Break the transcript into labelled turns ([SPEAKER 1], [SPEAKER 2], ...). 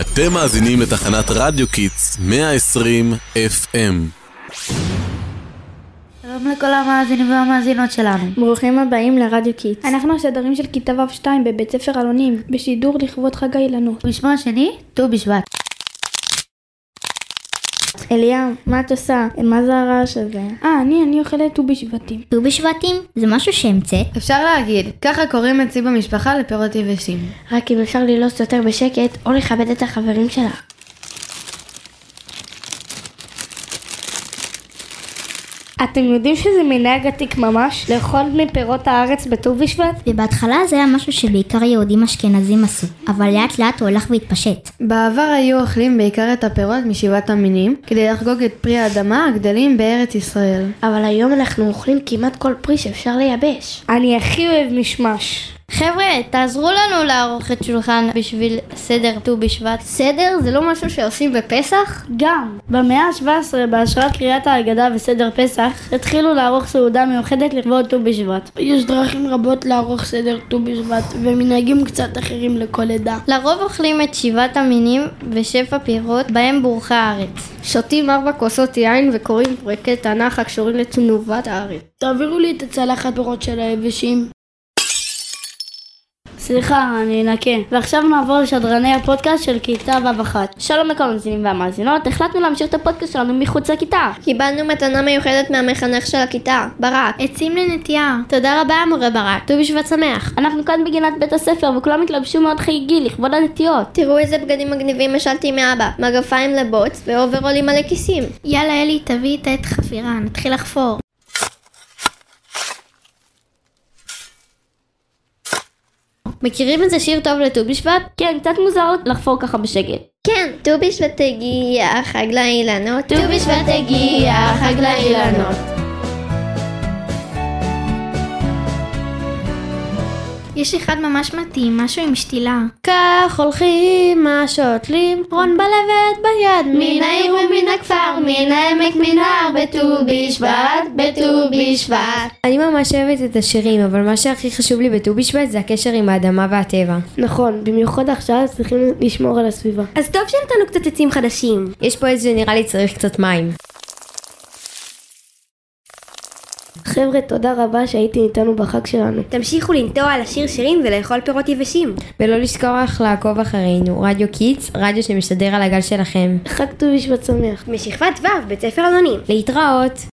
[SPEAKER 1] אתם מאזינים לתחנת רדיו קיטס 120 FM.
[SPEAKER 2] שלום לכל המאזינים והמאזינות שלנו.
[SPEAKER 3] ברוכים הבאים לרדיו קיטס.
[SPEAKER 4] אנחנו השדרים של כיתה ו'2 בבית ספר אלונים, בשידור לכבוד חג האילנות.
[SPEAKER 2] בשמו השני, ט"ו בשבט.
[SPEAKER 3] אליה, מה את עושה? מה זה הרעש הזה?
[SPEAKER 4] אה, אני, אני אוכלת ט"ו בשבטים.
[SPEAKER 5] ט"ו בשבטים? זה משהו שהמצאת?
[SPEAKER 6] אפשר להגיד, ככה קוראים אצלי במשפחה לפירות יבשים.
[SPEAKER 3] רק אם אפשר ללעוס יותר בשקט, או לכבד את החברים שלה. אתם יודעים שזה מנהג עתיק ממש? לאכול מפירות הארץ בט"ו בשבט?
[SPEAKER 5] ובהתחלה זה היה משהו שבעיקר יהודים אשכנזים עשו, אבל לאט לאט הוא הלך והתפשט.
[SPEAKER 6] בעבר היו אוכלים בעיקר את הפירות משבעת המינים, כדי לחגוג את פרי האדמה הגדלים בארץ ישראל.
[SPEAKER 3] אבל היום אנחנו אוכלים כמעט כל פרי שאפשר לייבש. אני הכי אוהב משמש.
[SPEAKER 7] חבר'ה, תעזרו לנו לערוך את שולחן בשביל סדר ט"ו בשבט. סדר זה לא משהו שעושים בפסח?
[SPEAKER 8] גם. במאה ה-17, בהשראת קריאת ההגדה וסדר פסח, התחילו לערוך סעודה מיוחדת לכבוד ט"ו בשבט.
[SPEAKER 9] יש דרכים רבות לערוך סדר ט"ו בשבט, ומנהגים קצת אחרים לכל עדה.
[SPEAKER 7] לרוב אוכלים את שבעת המינים ושפע פירות, בהם בורכה הארץ.
[SPEAKER 10] שותים ארבע כוסות יין וקוראים פרקי תנ"ך הקשורים לתנובת הארץ.
[SPEAKER 9] תעבירו לי את הצלחת פירות של היבשים.
[SPEAKER 8] סליחה, אני אנקה. ועכשיו נעבור לשדרני הפודקאסט של כיתה ו'1.
[SPEAKER 11] שלום לכל המאזינים והמאזינות, החלטנו להמשיך את הפודקאסט שלנו מחוץ לכיתה.
[SPEAKER 12] קיבלנו מתנה מיוחדת מהמחנך של הכיתה, ברק.
[SPEAKER 13] עצים לנטייה. תודה רבה, מורה ברק. ט"ו בשבט שמח.
[SPEAKER 11] אנחנו כאן בגינת בית הספר, וכולם התלבשו מאוד חגיגי לכבוד הנטיות.
[SPEAKER 12] תראו איזה בגדים מגניבים השלתי מאבא. מגפיים לבוץ, ואוברולים מלא כיסים.
[SPEAKER 13] יאללה אלי, תביאי את העת חפירה, נתחיל לחפור.
[SPEAKER 11] מכירים איזה שיר טוב לט"ו בשבט?
[SPEAKER 13] כן, קצת מוזר לחפור ככה בשקט.
[SPEAKER 12] כן, ט"ו בשבט הגיע, חג לאילנות.
[SPEAKER 13] ט"ו בשבט הגיע, חג לאילנות.
[SPEAKER 14] יש אחד ממש מתאים, משהו עם שתילה.
[SPEAKER 15] כך הולכים השותלים, רון בלבת ביד,
[SPEAKER 16] מן העיר ומן הכפר, מן העמק, מן ההר, בט"ו בשבט, בט"ו בשבט.
[SPEAKER 17] אני ממש אוהבת את השירים, אבל מה שהכי חשוב לי בט"ו בשבט זה הקשר עם האדמה והטבע.
[SPEAKER 18] נכון, במיוחד עכשיו צריכים לשמור על הסביבה.
[SPEAKER 19] אז טוב שנתנו קצת עצים חדשים.
[SPEAKER 17] יש פה איזה נראה לי צריך קצת מים.
[SPEAKER 18] חבר'ה, תודה רבה שהייתם איתנו בחג שלנו.
[SPEAKER 19] תמשיכו לנטוע על השיר שירים ולאכול פירות יבשים.
[SPEAKER 17] ולא לשכוח לעקוב אחרינו, רדיו קיטס, רדיו שמשתדר על הגל שלכם.
[SPEAKER 18] חג ט"ו בשבט שמח.
[SPEAKER 19] משכבת ו', בית ספר אלונים.
[SPEAKER 17] להתראות.